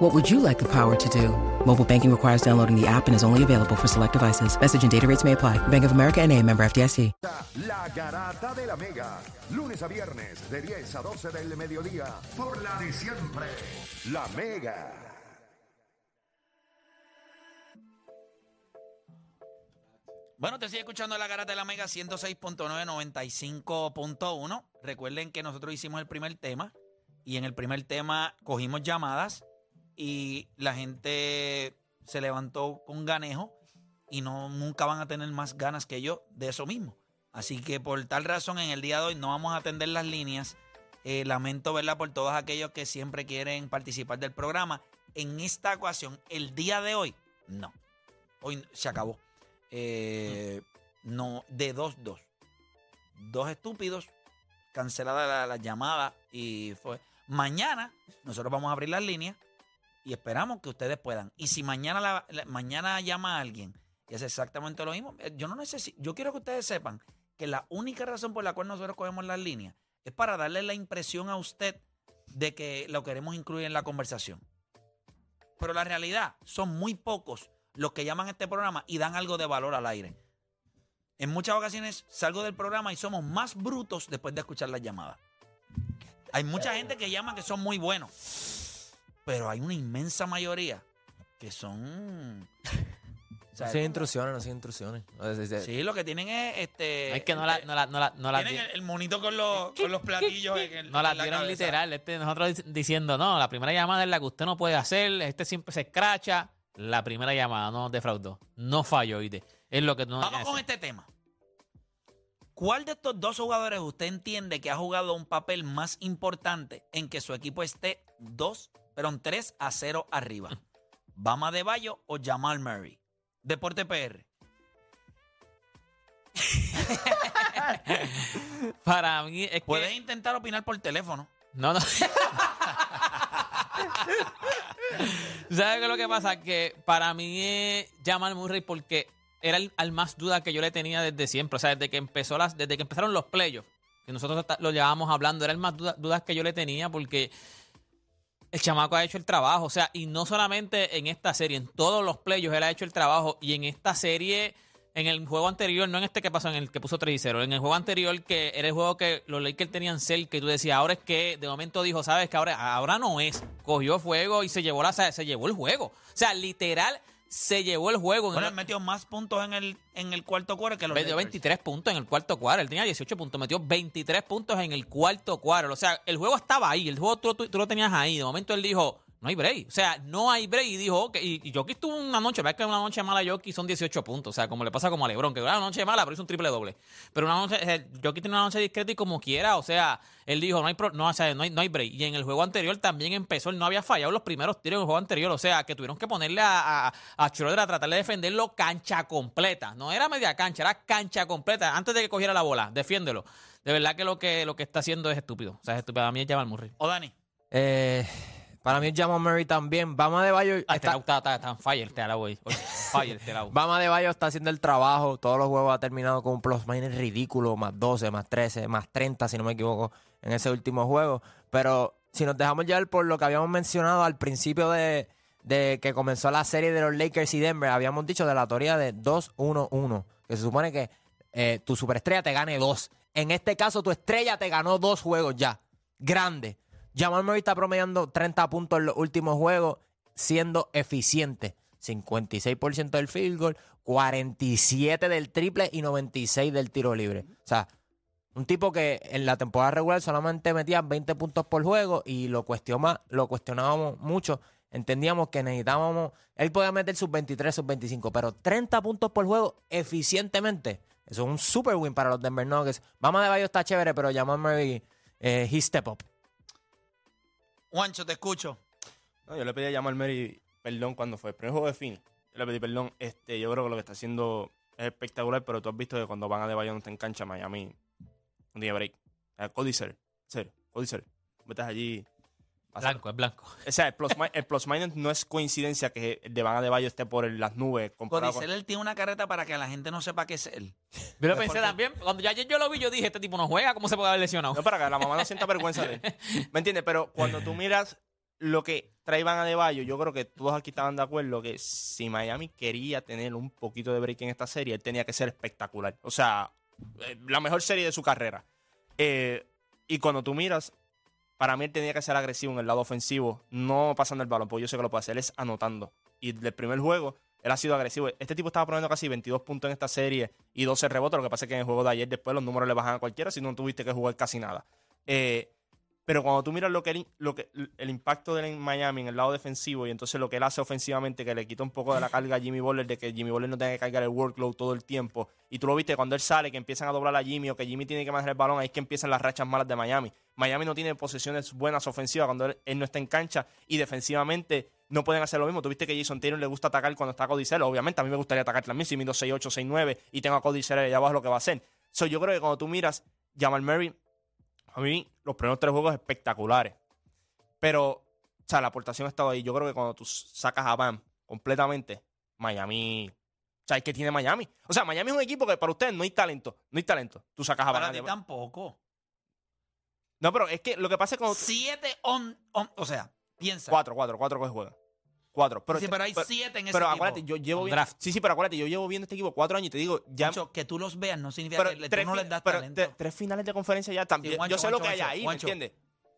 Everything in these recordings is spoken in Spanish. What would you like the power to do? Mobile banking requires downloading the app and is only available for select devices. Message and data rates may apply. Bank of America and a member FDIC. La Garata de la Mega. Lunes a viernes de 10 a 12 del mediodía. Por la de siempre. La Mega. Bueno, te sigue escuchando la garata de la Mega 106.995.1. Recuerden que nosotros hicimos el primer tema y en el primer tema cogimos llamadas y la gente se levantó con ganejo y no nunca van a tener más ganas que yo de eso mismo. Así que por tal razón en el día de hoy no vamos a atender las líneas. Eh, lamento verla por todos aquellos que siempre quieren participar del programa. En esta ocasión, el día de hoy, no. Hoy se acabó. Eh, no, de dos, dos. Dos estúpidos, cancelada la, la llamada y fue. Mañana nosotros vamos a abrir las líneas y esperamos que ustedes puedan. Y si mañana, la- la- mañana llama a alguien y hace exactamente lo mismo, eh, yo no necesito, yo quiero que ustedes sepan que la única razón por la cual nosotros cogemos las líneas es para darle la impresión a usted de que lo queremos incluir en la conversación. Pero la realidad, son muy pocos los que llaman a este programa y dan algo de valor al aire. En muchas ocasiones salgo del programa y somos más brutos después de escuchar las llamadas. Hay mucha gente que llama que son muy buenos, pero hay una inmensa mayoría que son... o sea, No sin intrusiones, no sin intrusiones. No, es- es- sí, lo que tienen es... Este, No, es que no la, no la, no la, no la tienen di- el, el monito con los, con los platillos en el- no la en la dieron cabeza. literal. Este, nosotros dic- diciendo, no, la primera llamada es la que usted no puede hacer. Este siempre se escracha. La primera llamada no nos defraudó. No falló, oíste. Es lo que no Vamos con este tema. ¿Cuál de estos dos jugadores usted entiende que ha jugado un papel más importante en que su equipo esté 2, perdón, 3 a 0 arriba? ¿Bama de Bayo o Jamal Murray? Deporte PR. Para mí es Puedes que... intentar opinar por teléfono. No, no. ¿Sabes qué es lo que pasa? Que para mí es Jamal Murray porque era el, al más duda que yo le tenía desde siempre. O sea, desde que empezó las, desde que empezaron los playoffs, que nosotros hasta lo llevábamos hablando, era el más duda- dudas que yo le tenía porque el chamaco ha hecho el trabajo. O sea, y no solamente en esta serie, en todos los playoffs él ha hecho el trabajo. Y en esta serie, en el juego anterior, no en este que pasó, en el que puso 3 y 0, en el juego anterior, que era el juego que los Lakers tenían cerca, y tú decías, ahora es que de momento dijo, sabes que ahora, ahora no es. Cogió fuego y se llevó, la, se llevó el juego. O sea, literal, se llevó el juego. Bueno, él No- metió más puntos en el, en el cuarto cuarto que los Metió Lakers. 23 puntos en el cuarto cuadro. Él tenía 18 puntos. Metió 23 puntos en el cuarto cuadro. O sea, el juego estaba ahí. El juego tú, tú- tú lo tenías ahí. De momento él dijo, no hay break. O sea, no hay break. Y dijo, ok. Y, y Jokic tuvo una noche. ¿Verdad que una noche mala a Jokic son 18 puntos? O sea, como le pasa como a Lebron, que era una noche mala, pero hizo un triple doble. Pero una noche, eh, Jokic tiene una noche discreta y como quiera. O sea, él dijo, no hay, pro- no, o sea, no hay, no hay break. Y en el juego anterior también empezó. Él no había fallado los primeros tiros en el juego anterior. O sea, que tuvieron que ponerle a, a, a Schroeder a tratar de defenderlo cancha completa. No era media cancha, era cancha completa. Antes de que cogiera la bola, defiéndelo. De verdad que lo que, lo que está haciendo es estúpido. O sea, es estúpido. A mí es Jamal Murray. O Dani. eh, para mí es Jamal Murray también. Bama de Bayo Ah, Este está, lado está, está, está on fire, este lado, güey. Oye, Fire, este lado. Bama de Bayo está haciendo el trabajo. Todos los juegos ha terminado con un plus minus ridículo. Más 12, más 13, más 30, si no me equivoco, en ese último juego. Pero si nos dejamos llevar por lo que habíamos mencionado al principio de, de que comenzó la serie de los Lakers y Denver, habíamos dicho de la teoría de 2-1-1. Que se supone que eh, tu superestrella te gane dos. En este caso, tu estrella te ganó dos juegos ya. Grande. Jamal Murray está promediando 30 puntos en los últimos juegos, siendo eficiente. 56% del field goal, 47 del triple y 96 del tiro libre. O sea, un tipo que en la temporada regular solamente metía 20 puntos por juego y lo, cuestioma- lo cuestionábamos mucho. Entendíamos que necesitábamos, él podía meter sus 23, sus 25, pero 30 puntos por juego eficientemente. Eso es un super win para los Denver Nuggets. Vamos de Bayo está chévere, pero Jamal Murray, eh, he step up. Juancho, te escucho. No, yo le pedí a Jamal Murray perdón cuando fue, pero el juego de fin. Yo le pedí perdón. Este, yo creo que lo que está haciendo es espectacular, pero tú has visto que cuando van a De Bayonne en cancha, Miami, un día break. Eh, Cody Ser, Ser, Cody Ser. Metes allí. pasa- Blanco, es blanco. O sea, el plus, mi- el plus minus no es coincidencia que el de Van de Bayo esté por el- las nubes comparado con- Codicel, él tiene una carreta para que la gente no sepa qué es él. Yo lo pensé también. Cuando ya ayer yo lo vi, yo dije, este tipo no juega, ¿cómo se puede haber lesionado? No, para que la mamá no sienta vergüenza de él. ¿Me entiendes? Pero cuando tú miras lo que trae Van Adebayo, yo creo que todos aquí estaban de acuerdo que si Miami quería tener un poquito de break en esta serie, él tenía que ser espectacular. O sea, eh, la mejor serie de su carrera. Eh, y cuando tú miras, para mí él tenía que ser agresivo en el lado ofensivo, no pasando el balón, porque yo sé que lo puede hacer, él es anotando. Y del primer juego, él ha sido agresivo. Este tipo estaba poniendo casi 22 puntos en esta serie y 12 rebotes. Lo que pasa es que en el juego de ayer después los números le bajan a cualquiera si no tuviste que jugar casi nada. Eh, pero cuando tú miras lo que, él- lo que el impacto de él en Miami en el lado defensivo y entonces lo que él hace ofensivamente que le quita un poco de la carga a Jimmy Butler de que Jimmy Butler no tenga que cargar el workload todo el tiempo y tú lo viste cuando él sale que empiezan a doblar a Jimmy o que Jimmy tiene que manejar el balón ahí es que empiezan las rachas malas de Miami Miami no tiene posesiones buenas ofensivas cuando él, él no está en cancha y defensivamente no pueden hacer lo mismo. Tuviste que Jason Taylor le gusta atacar cuando está Codicel. Obviamente, a mí me gustaría atacar también si mido 6'8, 6'9 y tengo a Codicel allá abajo lo que va a hacer. So, yo creo que cuando tú miras, Jamal Murray a mí, los primeros tres juegos espectaculares. Pero, o sea, la aportación ha estado ahí. Yo creo que cuando tú sacas a Bam completamente, Miami. O sea, es que tiene Miami. O sea, Miami es un equipo que para ustedes no hay talento. No hay talento. Tú sacas Ah, a Para Bam. ti tampoco. No, pero es que lo que pasa es que cuando. Siete on, on- o sea, piensa. Cuatro, cuatro, cuatro que juegan. Cuatro. Pero, Sí, este- pero hay pero- siete en ese pero equipo. acuérdate, yo llevo Con viendo. draft. Sí, sí, pero acuérdate, yo llevo viendo este equipo cuatro años y te digo, ya. Nacho, que tú los veas no significa pero que le- tú tres no fin- les das pero talento. te- tres finales de conferencia ya también. Juancho, yo sé lo que Juancho, hay ahí, ¿me Juancho. entiendes?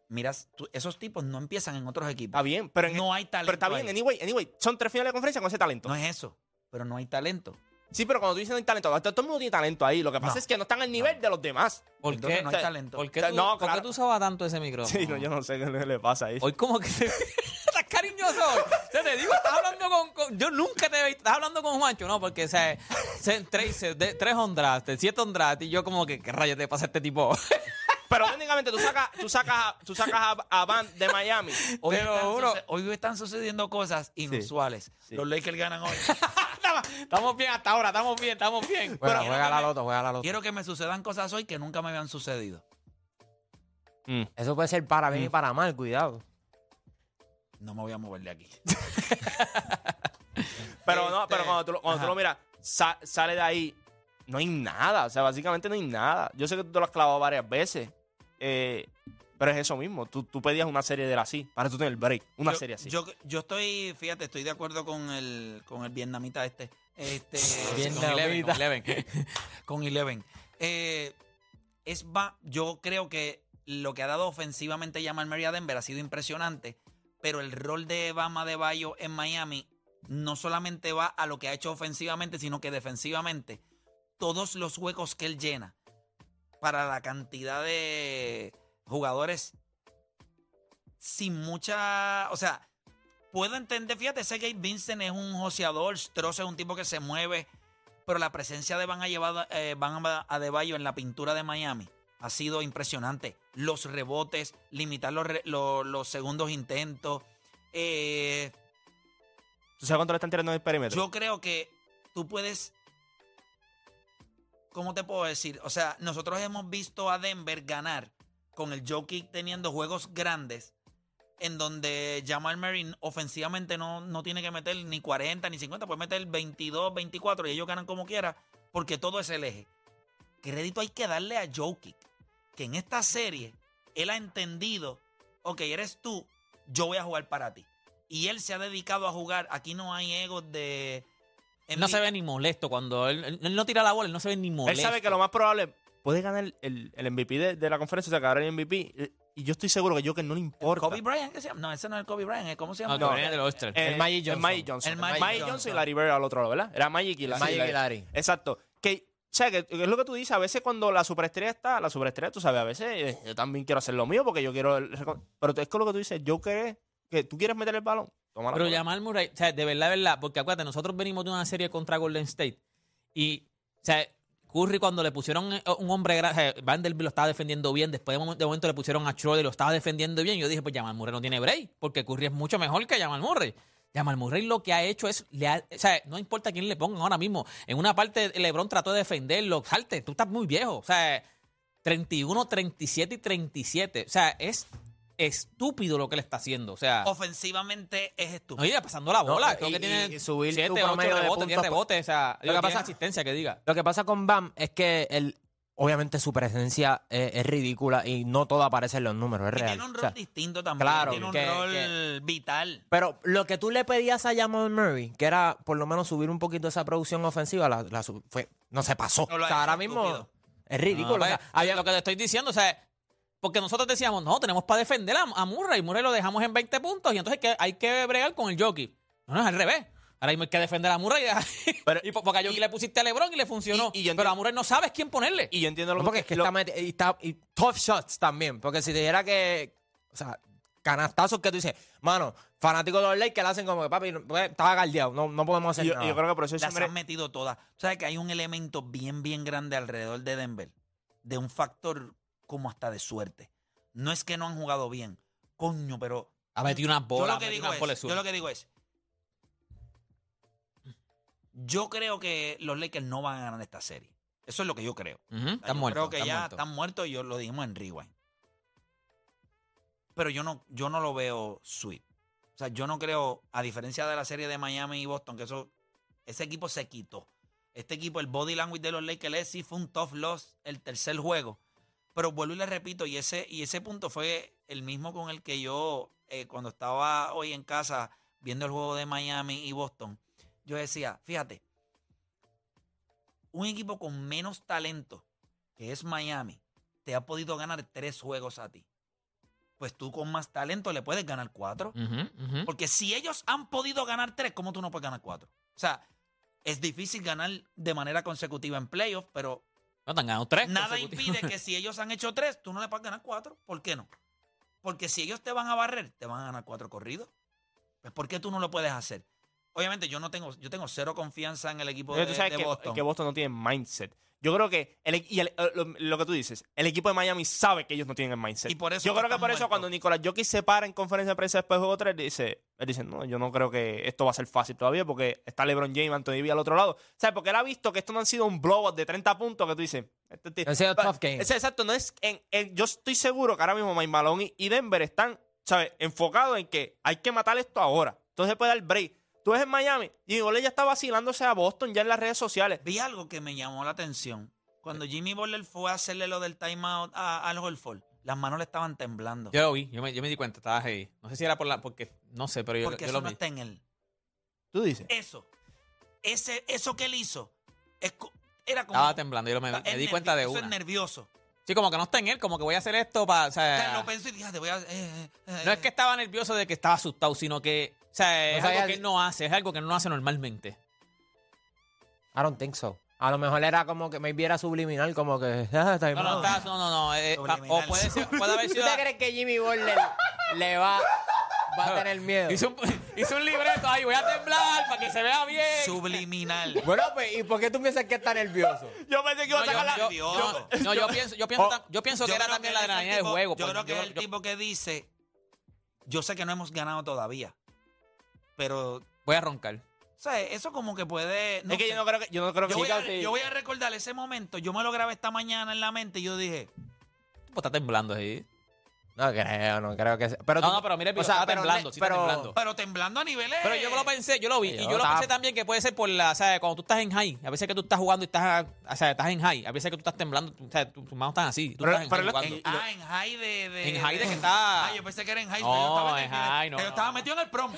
Mira, tú- esos tipos no empiezan en otros equipos. Está bien, Ah, pero en- no hay talento. Pero está bien, ahí. anyway, anyway, son tres finales de conferencia con ese talento. No es eso, pero no hay talento. Sí, pero cuando tú dices no hay talento, todo todo el mundo tiene talento ahí. Lo que pasa No. es que no están al nivel de los demás. ¿Por Entonces qué? no O hay sea, talento. ¿Por qué O sea, tú, no, por qué claro. tú usabas tanto ese micrófono? Sí, no, yo no sé qué le le pasa ahí. Hoy como que te... estás cariñoso. hoy. Te, te digo, estás hablando con, con- Yo nunca te he visto. Estás hablando con Juancho, ¿no? Porque, o sea, se- tres, se- de- tres on draft, siete on draft, y yo como que, ¿qué rayos te pasa a este tipo? Pero técnicamente tú sacas, tú sacas, a- tú sacas a, a Van de Miami. Hoy, Te lo están, juro. suce- hoy están sucediendo cosas inusuales. Los Lakers ganan hoy. estamos bien hasta ahora, estamos bien, estamos bien. Bueno, quiero juega que la me- loto, juega la loto. Quiero que me sucedan cosas hoy que nunca me habían sucedido. Eso puede ser para bien y para mal, cuidado. No me voy a mover de aquí. Pero no, Este, pero cuando tú, lo- cuando tú lo miras, sa- sale de ahí, no hay nada. O sea, básicamente no hay nada. Yo sé que tú te lo has clavado varias veces. eh, pero es eso mismo. Tú, tú pedías una serie de la así para tú tener break. Una yo, serie así. Yo, yo estoy, fíjate, estoy de acuerdo con el, con el vietnamita este. Este. Bien, Con Eleven, con Eleven. con Eleven. Eh, es va, yo creo que lo que ha dado ofensivamente Jamal Murray a Denver ha sido impresionante, pero el rol de Bama de Bayo en Miami no solamente va a lo que ha hecho ofensivamente, sino que defensivamente, todos los huecos que él llena para la cantidad de jugadores sin mucha, o sea, puedo entender, fíjate, sé que Vincent es un joseador, Stross es un tipo que se mueve, pero la presencia de Van a llevado Van Adebayo en la pintura de Miami ha sido impresionante. Los rebotes, limitar los, re- lo- los segundos intentos. Eh, ¿Tú sabes cuánto le están tirando en el perímetro? yo creo que tú puedes. ¿Cómo te puedo decir? O sea, nosotros hemos visto a Denver ganar con el Jokic teniendo juegos grandes en donde Jamal Murray ofensivamente no, no tiene que meter ni 40 ni 50, puede meter 22, 24 y ellos ganan como quiera porque todo es el eje. Crédito hay que darle a Jokic, que en esta serie él ha entendido, ok, eres tú, yo voy a jugar para ti. Y él se ha dedicado a jugar, aquí no hay egos de... Él no envi- se ve ni molesto cuando él, él- él no tira la bola, él no se ve ni Él molesto. sabe que lo más probable puede ganar el, el MVP de, de la conferencia, o sea, que ahora el MVP. eh, Y yo estoy seguro que yo que no le importa. Kobe Bryant, ¿qué se llama? No, ese no es el Kobe Bryant, ¿eh? ¿cómo se llama? No, que viene del Oyster. Eh, El Magic Johnson. El Magic Johnson. El El Magic Magic, Johnson. Johnson y Larry Bird al otro lado, ¿verdad? Era Magic y Larry. Magic y Larry. Larry. Exacto. Que, o sea, que es lo que tú dices, a veces cuando la superestrella está, la superestrella, tú sabes, a veces eh, yo también quiero hacer lo mío porque yo quiero... el recon- Pero es que lo que tú dices, yo querés que tú quieres meter el balón, toma la Pero bola. Jamal Murray, o sea, de verdad, de verdad, porque acuérdate, nosotros venimos de una serie contra Golden State y, o sea, Curry cuando le pusieron eh, un hombre grande, o sea, Vanderbilt lo estaba defendiendo bien, después de momen- de momento, le pusieron a Schroeder y lo estaba defendiendo bien, yo dije, pues Jamal Murray no tiene break, porque Curry es mucho mejor que Jamal Murray. O Jamal Murray lo que ha hecho es, le ha- o sea, no importa quién le pongan ahora mismo. En una parte, LeBron trató de defenderlo. Salte, tú estás muy viejo. O sea, 31, 37 y 37. O sea, es estúpido lo que le está haciendo. O sea, Ofensivamente es estúpido. oye, pasando la bola. No, creo y- que tiene y subir tu 7, 8 promedio de rebotes, 10 puntos. rebotes. O sea, Lo que pasa- asistencia que diga. Lo que pasa con Bam es que él, obviamente su presencia es, es ridícula y no todo aparece en los números, es Y real. tiene un O rol sea, distinto también. claro, tiene un que- rol que- vital. pero lo que tú le pedías a Jamal Murray, que era por lo menos subir un poquito esa producción ofensiva, la, la sub- fue- no se pasó. No lo o ha sea, ahora hecho, mismo estúpido. es ridículo. No, o sea, ah, pues, había- Lo que te estoy diciendo, o sea, porque nosotros decíamos, no, tenemos para defender a, a Murray. Murray lo dejamos en 20 puntos y entonces hay que, hay que bregar con el jockey. No, no, es al revés. Ahora mismo hay que defender a Murray. Pero- y po- porque a Jockey le pusiste a Lebron y le funcionó. y- y yo pero entiendo- a Murray no sabes quién ponerle. Y yo entiendo lo no, porque es que lo- está, meti- y está- y tough shots también. Porque si te dijera que, o sea, canastazos que tú dices, mano, fanático de los Lakers que le hacen como que, papi, no- pues, estaba galdeado, no, no podemos hacer yo, nada. yo creo que por eso se Las mere- han metido todas. O sea que hay un elemento bien, bien grande alrededor de Denver. De un factor como hasta de suerte. No es que no han jugado bien. Coño, pero Ha metido unas yo bolas, lo que ha metido digo unas es, bolas yo lo que digo es, yo creo que los Lakers no van a ganar esta serie. Eso es lo que yo creo. Ujú, O sea, yo Están muertos. Creo que están ya muertos. están muertos y yo lo dijimos en Rewind. Pero yo no, yo no lo veo sweet. O sea, yo no creo, a diferencia de la serie de Miami y Boston, que eso, ese equipo se quitó. Este equipo, el body language de los Lakers es, sí fue un tough loss el tercer juego. Pero vuelvo y le repito, y ese, y ese punto fue el mismo con el que yo, eh, cuando estaba hoy en casa viendo el juego de Miami y Boston, yo decía, fíjate, un equipo con menos talento, que es Miami, te ha podido ganar tres juegos a ti. Pues tú con más talento le puedes ganar cuatro. Ujú, ujú. Porque si ellos han podido ganar tres, ¿cómo tú no puedes ganar cuatro? O sea, es difícil ganar de manera consecutiva en playoffs, pero No, te han ganado tres. Nada consecutivos. impide que si ellos han hecho tres, tú no le puedas ganar cuatro. ¿Por qué no? Porque si ellos te van a barrer, te van a ganar cuatro corridos. Pues ¿por qué tú no lo puedes hacer? Obviamente yo no tengo, yo tengo cero confianza en el equipo de, Pero tú sabes de que, Boston. que Boston no tiene mindset. Yo creo que el e- y el- eh, lo, lo que tú dices, el equipo de Miami sabe que ellos no tienen el mindset. Y por eso yo que creo que están por eso muertos. cuando Nicolás Jokic se para en conferencia de prensa después del juego 3, dice, él dice, no, yo no creo que esto va a ser fácil todavía porque está LeBron James, Anthony Davis al otro lado. ¿Sabes? Porque él ha visto que esto no han sido un blowout de 30 puntos que tú dices. este tío- Han sido Pero- tough games. es- exacto, no es en- en- yo estoy seguro que ahora mismo Mike Malone y y Denver están, ¿sabes? Enfocados en que hay que matar esto ahora. Entonces puede dar break. Tú ves en Miami y Goley ya está vacilándose a Boston ya en las redes sociales. Vi algo que me llamó la atención. Cuando Jimmy Butler fue a hacerle lo del timeout a- al Holford, las manos le estaban temblando. Yo lo vi, yo me, yo me di cuenta, estabas ahí. No sé si era por la. Porque, no sé, pero yo, porque yo eso lo no vi. está en él. Tú dices. Eso. Ese, eso que él hizo es co- era como. Estaba temblando, yo lo- me, me es di nervi- cuenta de eso es una. nervioso. Sí, como que no está en él, como que voy a hacer esto para. O O sea, sea, lo pensó y dije, "Ah, te voy a. eh, eh, eh, No es que estaba nervioso de que estaba asustado, sino que o sea, es O sea, algo ya- que él no hace, es algo que él no hace normalmente. I don't think so. A lo mejor era como que me viera subliminal, como que. "Ah, está bien No, no, malo". está- no, no, no, eh, va- Subliminal. o puede, ser, puede haber ¿Tú sido. te crees que Jimmy Butler le va, va a tener miedo? Hizo un, hizo un libreto ahí, voy a temblar para que se vea bien. Subliminal. Bueno, pues, ¿y por qué tú piensas que está nervioso? Yo pensé que iba No, a sacar la. yo, yo- nervioso. yo- no, yo pienso, yo pienso, Oh, tam- yo pienso que Yo era creo que también la él es el adrenalina del tipo- Yo juego. pues, creo que es el yo- tipo que dice, yo sé que no hemos ganado todavía, pero o Voy a roncar. sea, eso como que puede... no es que sé. yo no creo que. Yo no creo que. Yo voy, a, Chicas, sí. yo voy a recordar ese momento, yo me lo grabé esta mañana en la mente y yo dije, Tipo, está temblando ahí. No creo, no creo que sea. Pero No, tú- no, pero mira el video, o sea, estaba pero le- temblando, sí está pero- temblando. pero temblando a niveles... Pero yo me lo pensé, yo lo vi. Sí, Y yo yo lo estaba- pensé también que puede ser por la, o sea, cuando tú estás en high, a veces que tú estás jugando y estás, o sea, estás en high, a veces que tú estás temblando, tú- o sea, tus manos están así. Tú Pero- estás en pero high lo- jugando. En, ah, en high de, de- En high de que está- Ah, yo pensé que era en high. No, pero yo estaba en el nivel- high, no, Yo no, estaba no. metido en el prom.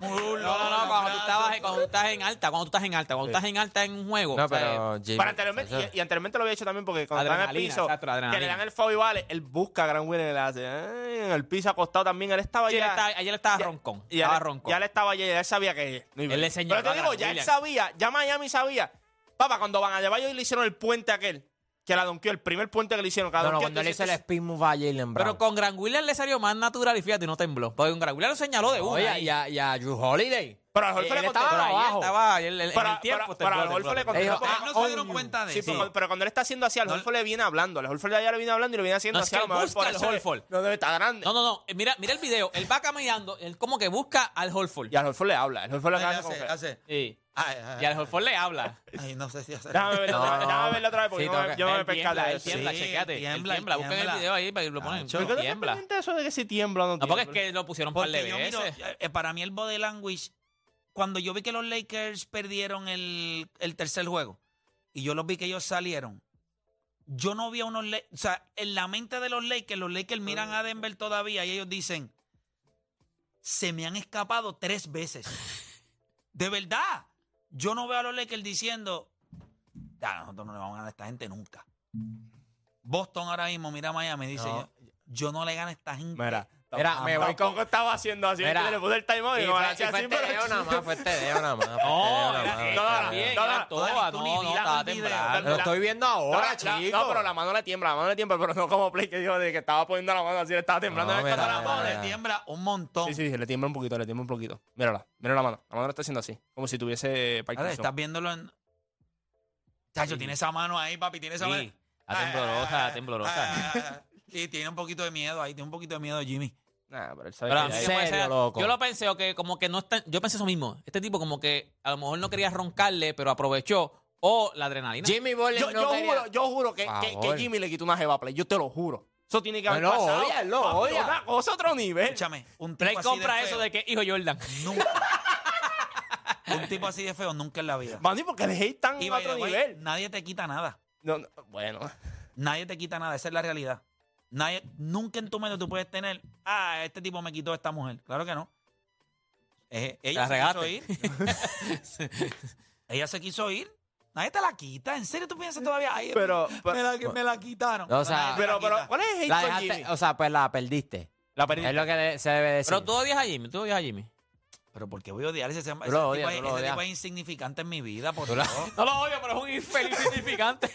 Mulo, No, no, no, cuando tú, estabas, cuando tú estás en alta, cuando tú estás en alta, cuando tú estás en alta en un juego. No, o sea, pero Jimmy- Para anteriormente, eso- y, y anteriormente lo había hecho también porque cuando está en el Adrenalina, piso, exacto, la que le adrenalina. dan el foul y vale, él busca a Gran Willen y le hace. "Ay", en el piso acostado también, él estaba sí, él ya. estaba- ayer estaba ya- roncón. ya, estaba le- roncón. ya le estaba ya, ya él sabía que. no iba. Él le señaló Pero a te digo, Gran ya él Williams. sabía, ya Miami sabía. Papá, cuando Van Adebayo le hicieron el puente aquel, que la donqueó, el primer puente que le hicieron, que la No, no, donqueó, cuando tú le hice el dices, spin move a Jalen Brown. pero con Gran Williams le salió más natural y fíjate, no tembló. Porque con Gran Williams lo señaló de una. Oye, ahí. y a, y a Drew Holiday. Pero a Jorge Él le estaba contestó. Pero ayer abajo. estaba ayer, el- en Para- el tiempo. para- este para brother, Adolfo le brother. contestó. Ellos- Ah, no se dieron cuenta de Sí, eso. Pero, pero cuando él está haciendo así, al No- Holford le viene hablando. Al Holford de allá le viene hablando y lo viene haciendo No, es que así. a lo él mejor busca por al eso le- Holford. No, no, está grande. No, no, no. eh, Mira, mira el video. Él va caminando. Él como que busca al Holford. Y al Holford le habla. Al Holford le Ay, hace hace- como que- hace- Sí. ay, ay, Y al Holford le habla. ay, no sé si hace. Déjame verlo otra No, vez, no. déjame verlo otra vez porque Sí, Pues yo me- toca. yo me voy a Él pescar tiembla, de él eso. tiembla, Sí, checate. Él tiembla, tiembla, él Busquen el tiembla. video ahí para que lo ponen. Nacho. ¿Por qué te tiembla. pendiente de eso de que si tiembla o no No, porque tiembla? es que lo pusieron para el Porque yo miro, BBS. eh, para mí el body language, cuando yo vi que los Lakers perdieron el, el tercer juego y yo los vi que ellos salieron, yo no vi a unos Lakers, o sea, en la mente de los Lakers, los Lakers miran a Denver todavía y ellos dicen, se me han escapado tres veces. De verdad, yo no veo a los Lakers diciendo, "Ya, nosotros no le vamos a ganar a esta gente nunca. Boston ahora mismo, mira a Miami, dice, No. yo, yo no le gano a esta gente. Mira, Mira, me voy tampoco estaba haciendo así. Mira. es que le puse el timeout y Y como fue, la hacía y fue este así, pero- dedo nada más, fue este dedo nada más. fue este No, dedo nada era- más, no, está era bien. bien, no, era no, toda, tú ni no, no, miras estaba el video. temblando. Lo estoy viendo ahora, la- la- chico. No, pero la mano le tiembla, la mano le tiembla, pero no como Play que dijo de que estaba poniendo la mano así, le estaba temblando. No, de cuando mira, la Ah. mira, pone. Le mira. tiembla un montón. Sí, sí, sí, le tiembla un poquito, le tiembla un poquito. Mírala, mira la mano. La mano la está haciendo así, como si tuviese Ahora, Parkinson. estás viéndolo en. Chacho, tiene esa mano ahí, papi, tiene esa Sí, mano. Ah, está temblorosa, está temblorosa. Y tiene un poquito de miedo ahí, tiene un poquito de miedo Jimmy. Nah, pero él sabe Pero a que mí ya- me En puede serio, ser- loco. Yo lo pensé, o que como que no está. Yo pensé eso mismo. Este tipo, como que a lo mejor no quería roncarle, pero aprovechó. O la adrenalina. Jimmy Butler Yo, no yo quería- juro, yo juro que, que- que Favor. Jimmy le quitó una jeva a Play, yo te lo juro. Eso tiene que haber No, lo pasado. odia, lo Papi, odia. Una cosa, otro nivel. Escúchame, un tipo Play así compra de feo, eso de que hijo Jordan. Nunca. un tipo así de feo nunca en la vida. Manny, porque el hate tan Y a by otro the way, nivel. nadie te quita nada. No, no, bueno. Nadie te quita nada, esa es la realidad. Nadie, nunca en tu mente tú puedes tener, ah, este tipo me quitó a esta mujer. Claro que no. Eh, ella La se regaste. quiso ir. Ella se quiso ir. Nadie te la quita. ¿En serio tú piensas todavía? Ay, Pero, me, pero, la, me la quitaron. O sea, Nadie te la pero, pero, quita. ¿cuál es el hate La con dejaste, Jimmy? o sea, pues la perdiste. La perdí. Es lo que de- se debe decir. Pero tú odias a Jimmy, tú odias a Jimmy. Pero ¿por qué voy a odiar ese, ese, lo ese tipo odias, es- tú lo ese odias. tipo es insignificante en mi vida? Por favor. No lo odio, pero es un infeliz insignificante.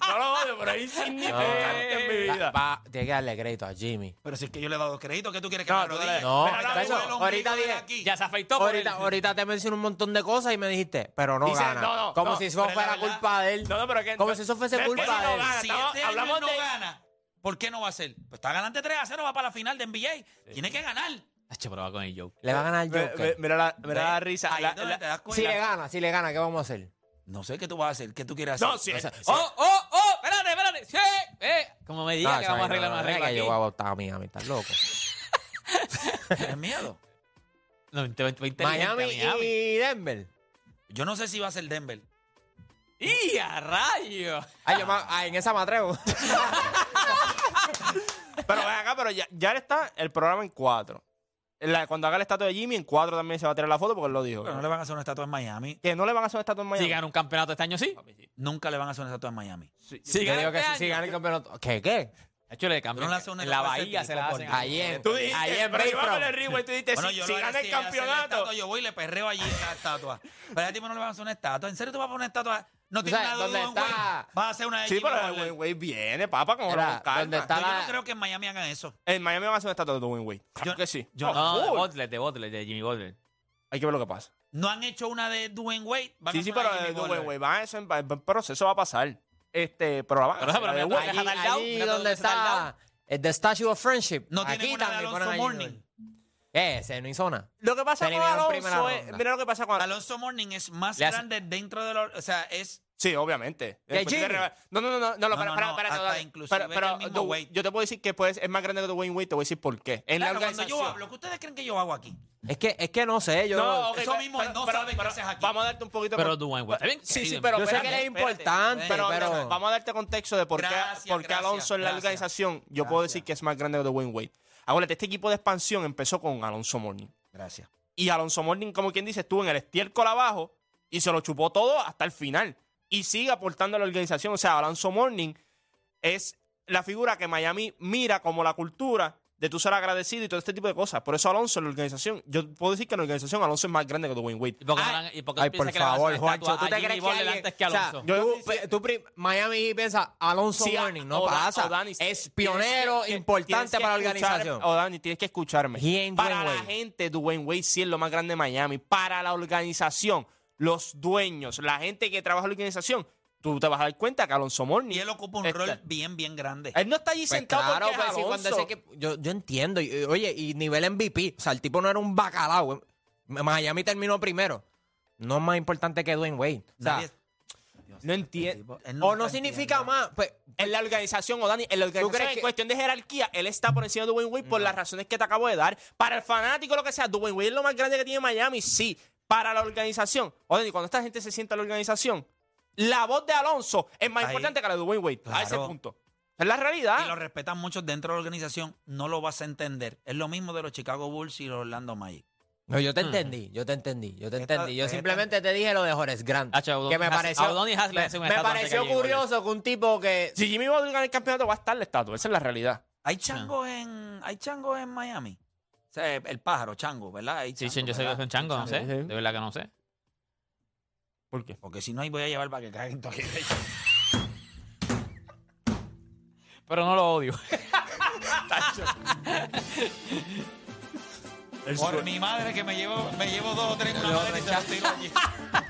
No lo odio, pero es insignificante en mi La- vida. va- tiene que darle crédito a Jimmy. Pero si es que yo le he dado crédito, ¿qué tú quieres que No, me tú lo le- diga? No, Mira, me eso, duele el ombligo ahorita de dije- aquí. ya se afeitó. por Ahorita, él. ahorita te mencioné un montón de cosas y me dijiste, pero no Dice, gana. no, no, Como no, si eso pero la fuera verdad- culpa de él. No, no, pero es que. Como si eso fuese es que culpa si no de él. gana, Si estamos- este año hablamos no de. gana, ¿por qué no va a ser? Pues está ganante 3 a 0, va para la final de NBA. Tiene que ganar. Hacho, pero va con el joke. Le va a ganar Ve- ve- Joker. Mira la, mira la ¿Ves? risa. Ahí la- es donde la- te das cuenta. Si le gana, si le gana, ¿qué vamos a hacer? No sé qué tú vas a hacer, qué tú quieres hacer. No, sí. O sea, sí. ¡Oh, oh, oh! ¡Espérate, espérate! ¡Sí! ¡Eh! Como me diga No, que esa vamos a vaina, arreglar Ah, no, una no, regla que aquí. Yo voy a votar a Miami, estás loco. ¿Tienes miedo? No, te- te- te- Miami inteligente, Miami. y Denver. Yo no sé si va a ser Denver. ¡Y a rayo! Ay, yo ma- ay, en esa me atrevo. Pero ven acá, pero ya, ya está el programa en cuatro. La- cuando haga la estatua de Jimmy, en cuatro también se va a tirar la foto porque él lo dijo. Pero no le van a hacer una estatua en Miami. Que no le van a hacer una estatua en Si Miami. gana un campeonato este año, sí. Nunca le van a hacer una estatua en Miami. Si Yo gana digo que este si, si año. gana el campeonato. ¿Qué, qué? De hecho, le cambian. Pero no le hacen una en la estatua a ese bahía se tipo, la por hacen. Dios. Ahí en, Tú dijiste, ahí en pero iba con el Bayfront. ritmo y tú dijiste, Bueno, si, yo si lo haría, gana el si ellos hacen la campeonato. estatua, yo voy y le perreo allí en la estatua. Pero a ese tipo no le van a hacer una estatua. ¿En serio tú vas a poner una estatua? No Tú tiene sabes, nada de ¿dónde Don Wayne. está? Vas a hacer una de Sí, Jimmy pero el Butler. Dwayne Wade viene, papá, con Mira, la calma. ¿dónde está? Pero yo la- no creo que en Miami hagan eso. En Miami van a hacer una estatua de Dwayne Wade. Claro Yo- que sí. yo- Oh, No, de cool. Butler, de Butler, de Jimmy Butler. Hay que ver lo que pasa. No han hecho una de Dwayne Wade. van a Sí, sí, hacer una pero de de Jimmy Dwayne Butler. Wade va a eso, en en- en proceso va a pasar. Este, pero la van a Pero, hacer, pero la de mira, Wade. Deja Allí, dar down, allí mira donde dónde se da el está el The Statue of Friendship. No tiene Aquí una de también ponen Alonso allí. Morning. ¿Qué? Se no hizo nada. Lo que pasa Se con eliminó en Alonso primera es, ronda. mira lo que pasa con Alonso Morning es más Le hace- grande dentro de los. O sea, es. Sí, obviamente. Que En cuestión de Jimmy. reba- No, no, no, no, no, No, no, espera, no, espera, no, espera, hasta espera. inclusive Pero- pero que el mismo du- Wade. yo te puedo decir que pues, es más grande que Dwayne Wade, te voy a decir por qué. En la Claro, cuando yo organización. hablo, ¿qué ustedes creen que yo hago aquí? Es que, es que no sé, yo. No, ok, Eso pero- mismo, pero- no pero- saben qué pero haces aquí. Vamos a darte un poquito de Pero Dwayne Wade, está bien Sí, sí, querido. pero Yo sé espérate, que él es espérate. importante, Pero, pero- espérate, vamos a darte contexto de por qué, Gracias, por qué gracias, Alonso en la gracias. organización. Yo puedo Gracias. decir que es más grande que Dwayne Wade. Acuérdate, este equipo de expansión empezó con Alonso Morning. Gracias. Y Alonso Morning, como quien dice, estuvo en el estiércol abajo y se lo chupó todo hasta el final. Y sigue aportando a la organización. O sea, Alonso Morning es la figura que Miami mira como la cultura de tú ser agradecido y todo este tipo de cosas. Por eso Alonso en la organización, yo puedo decir que en la organización Alonso es más grande que Dwayne Wade. ¿Y por qué, Ay, no le han- y por qué Ah, Ay, piensa por que le van a hacer favor, una Juancho. estatua ¿Tú a te Jimmy crees que Butler alguien- antes que o sea, Alonso? yo- tú pe- tú pri- Miami piensa Alonso Sí, a- Warning, no o Dan- pasa. o Dani, es tienes pionero que- tienes importante que para la escuchar- organización. O Dani, tienes que escucharme. ¿Quién para Dwayne la Wade? gente, Dwayne Wade sí es lo más grande de Miami. Para la organización, los dueños, la gente que trabaja en la organización, tú te vas a dar cuenta que Alonso Morning. Y él ocupa un Está- rol bien, bien grande. Él no está allí Pues sentado claro, porque es pues, sí, cuando Alonso. ese equipo- yo, yo entiendo. y- y- oye, y nivel MVP. O sea, el tipo no era un bacalao. eh. Miami terminó primero. No es más importante que Dwayne Wade. O sea, Nadie- No entiendo. él o no nunca significa entiende. más. Pues, En la organización, Odani, en la organización, crees en que- cuestión de jerarquía, él está por encima de Dwayne Wade por las razones que te acabo de dar. Para el fanático, lo que sea, Dwayne Wade es lo más grande que tiene Miami, sí. Para la organización, Odani, cuando esta gente se sienta en la organización, la voz de Alonso es más Ahí. importante que la de Dwayne Wade, a ese Claro. punto. Es la realidad. Y lo respetan muchos dentro de la organización, no lo vas a entender. Es lo mismo de los Chicago Bulls y los Orlando Magic. no, Hmm. yo te entendí. Yo te entendí. Yo te Esta- entendí. Yo esta- simplemente te dije lo de Horace Grant. Hacho, a Udonis que me Has- a pareció. Udonis Haslem me- hace una me estatua antes que pareció llegue Golden. curioso que un tipo que. Si Jimmy Butler gana el campeonato, va a estar el estatua. Esa es la realidad. Hay changos en, hay changos en Miami. O sea, el pájaro, chango, ¿verdad? Hay Sí, chango, sí, yo sé que ¿verdad? son changos, no Sí, sé. sí. De verdad que no sé. ¿Por qué? Porque si no, ahí voy a llevar para que caguen todo aquí. Pero no lo odio. Por mi madre que me llevo, me llevo dos o tres mamaderas y se las tiro allí.